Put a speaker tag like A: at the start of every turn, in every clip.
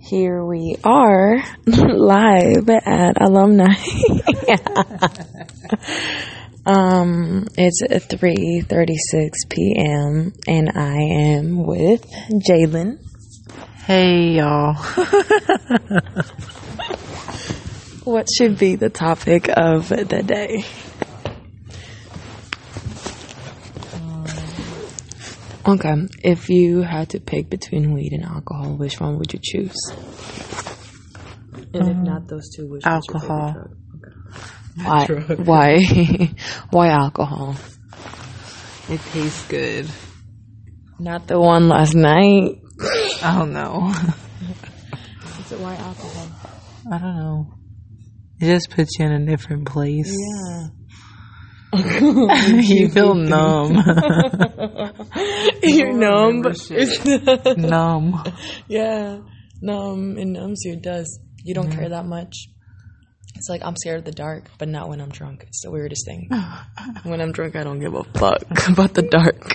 A: here we are live at alumni um it's 3:36 p.m. and i am with Jalen
B: Hey y'all.
A: what should be the topic of the day okay if you had to pick between weed and alcohol which one would you choose and if not those two which one's your favorite
B: alcohol.
A: drug? Why?
B: drug.
A: Why? why alcohol?
B: It tastes good.
A: Not the one last night.
B: I don't know.
A: Is it why alcohol?
B: I don't know. It just puts you in a different place. you feel numb.
A: You're numb. but it's-
B: numb.
A: yeah, numb. It numbs you. It does. You don't care that much. It's like I'm scared of the dark, but not when I'm drunk. It's the weirdest thing. when I'm drunk, I don't give a fuck about the dark.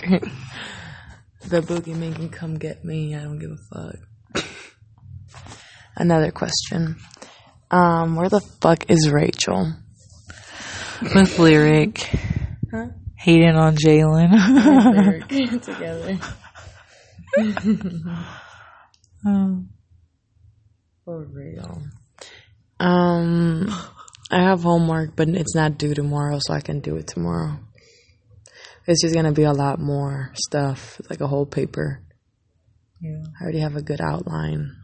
A: the boogeyman can come get me. I don't give a fuck. Another question. Um, where the fuck is Rachel?
B: With lyric. Hating on Jalen.
A: together.
B: Oh.
A: For real. Um, I have homework, but it's not due tomorrow, so I can do it tomorrow. It's just gonna be a lot more stuff, like a whole paper.
B: yeah.
A: I already have a good outline.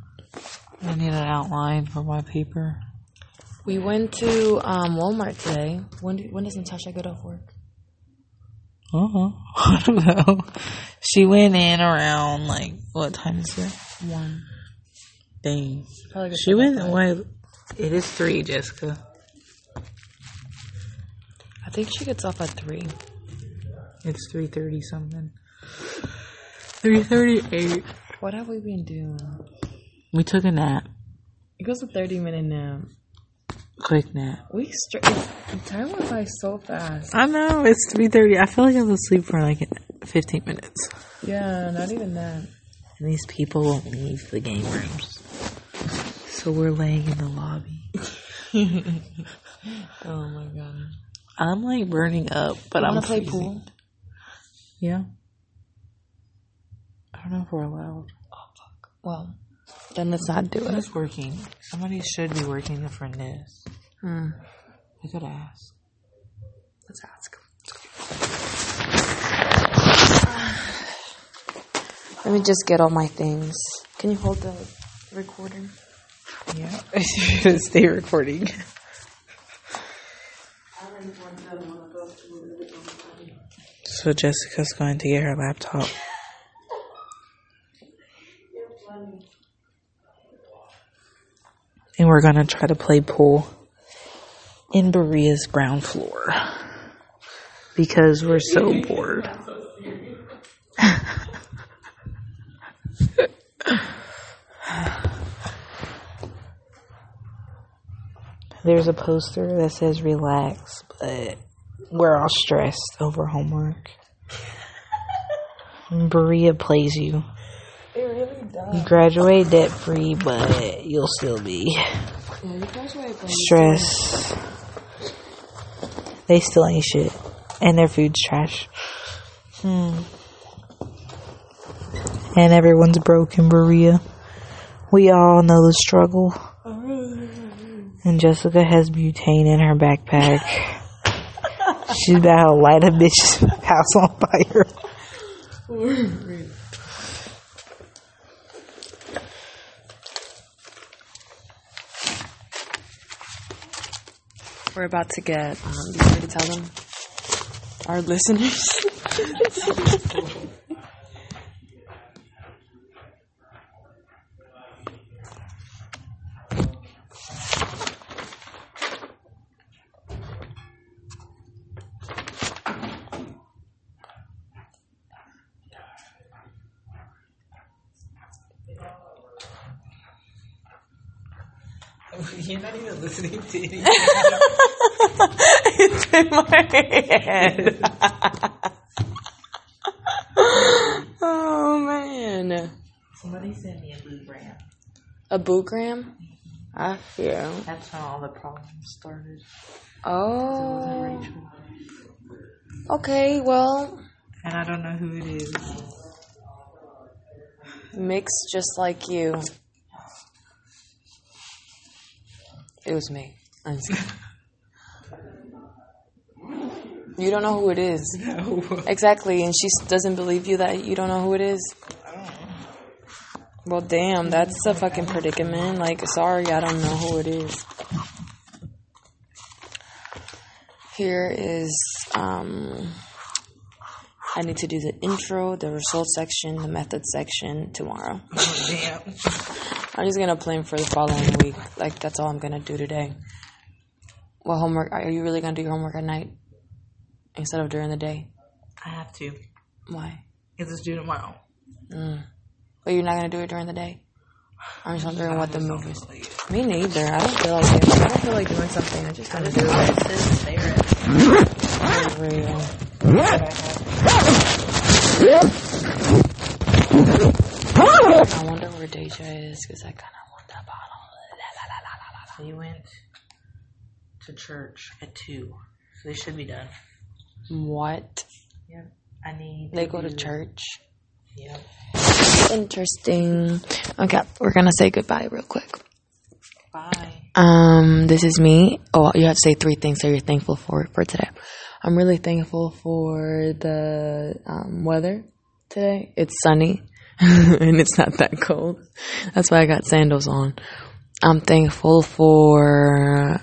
B: I need an outline for my paper.
A: We went to um, Walmart today. When do, when does Natasha get off work?
B: Oh. I don't know. She went in around like what time is it?
A: One.
B: Dang.
A: Probably
B: She went away. It is three, Jessica.
A: I think she gets off at three.
B: It's three thirty something. Three thirty eight.
A: What have we been doing?
B: We took a nap.
A: It goes a thirty minute nap.
B: Quick nap.
A: We straight. Time went by so fast.
B: I know it's three thirty. I feel like I was asleep for like fifteen minutes.
A: Yeah, not even that.
B: And these people won't leave the game rooms, so we're laying in the lobby.
A: Oh my god.
B: I'm like burning up, but I'm
A: Wanna play
B: freezing.
A: pool?
B: Yeah. I don't know if we're allowed.
A: Well, then let's not do it.
B: Who's working? Somebody should be working the friendess.
A: Hmm.
B: I could ask.
A: Let's ask. Let me just get all my things. Can you hold the recording?
B: Yeah. Stay recording. So Jessica's going to get her laptop. And we're gonna try to play pool in Berea's ground floor because we're so bored. There's a poster that says relax, but we're all stressed over homework. Berea plays you.
A: It really does.
B: You graduate debt free, but you'll still be
A: Yeah, you graduated by
B: stressed. They still ain't shit, and their food's trash. Hmm. And everyone's broke in Berea. We all know the struggle. And Jessica has butane in her backpack. She's about to light a bitch's house on fire.
A: We're about to get. Um, you ready to tell them? Our listeners.
B: You're not even listening to anything.
A: in my head. oh man. Oh,
B: Somebody sent me a blue brand.
A: A boogram? I feel.
B: That's when all the problems started.
A: Oh. Okay, well,
B: And I don't know who it is.
A: mixed just like you. It was me. I'm just kidding. You don't know who it is.
B: No.
A: Exactly, and she s- doesn't believe you that you don't know who it is. Well, damn, that's a fucking predicament. Like, sorry, I don't know who it is. Here is, um, I need to do the intro, the results section, the method section tomorrow.
B: Damn.
A: I'm just gonna plan for the following week. Like, that's all I'm gonna do today. What homework? Are you really gonna do your homework at night instead of during the day?
B: I have to.
A: Why?
B: It's just due tomorrow.
A: But you're not gonna do it during the day. I'm just wondering what the move is.
B: Like,
A: Me neither. I don't feel like it. I don't feel like doing something. I just gotta do it.
B: this favorite.
A: For real. I wonder where Deja is because I kind of want that bottle.
B: We went to church at 2. So they should be done.
A: What?
B: Yeah. I need.
A: They go to church.
B: Yeah.
A: Interesting. Okay, we're gonna say goodbye real quick.
B: Bye.
A: Um, this is me. Oh, you have to say three things that you're thankful for for today. I'm really thankful for the um, weather today. It's sunny and it's not that cold. That's why I got sandals on. I'm thankful for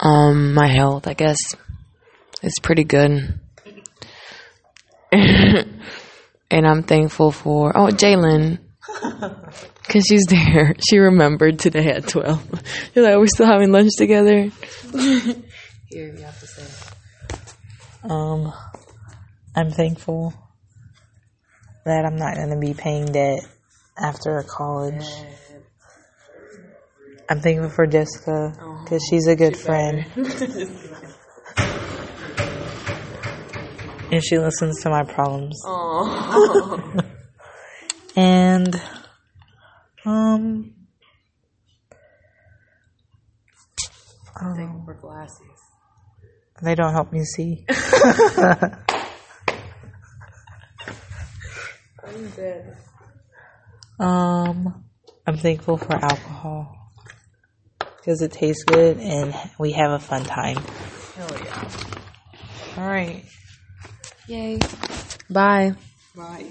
A: um my health. I guess it's pretty good. and I'm thankful for oh Jalen. Cause she's there. She remembered today at twelve. You're like, we're still having lunch together.
B: Here, you have to say. Um, I'm thankful that I'm not going to be paying debt after college. I'm thankful for Jessica because she's a good friend. and she listens to my problems. and, um, I don't know.
A: For glasses.
B: They don't help me see.
A: I'm dead.
B: Um, I'm thankful for alcohol because it tastes good and we have a fun time.
A: Hell yeah.
B: All right.
A: Yay. Bye.
B: Bye.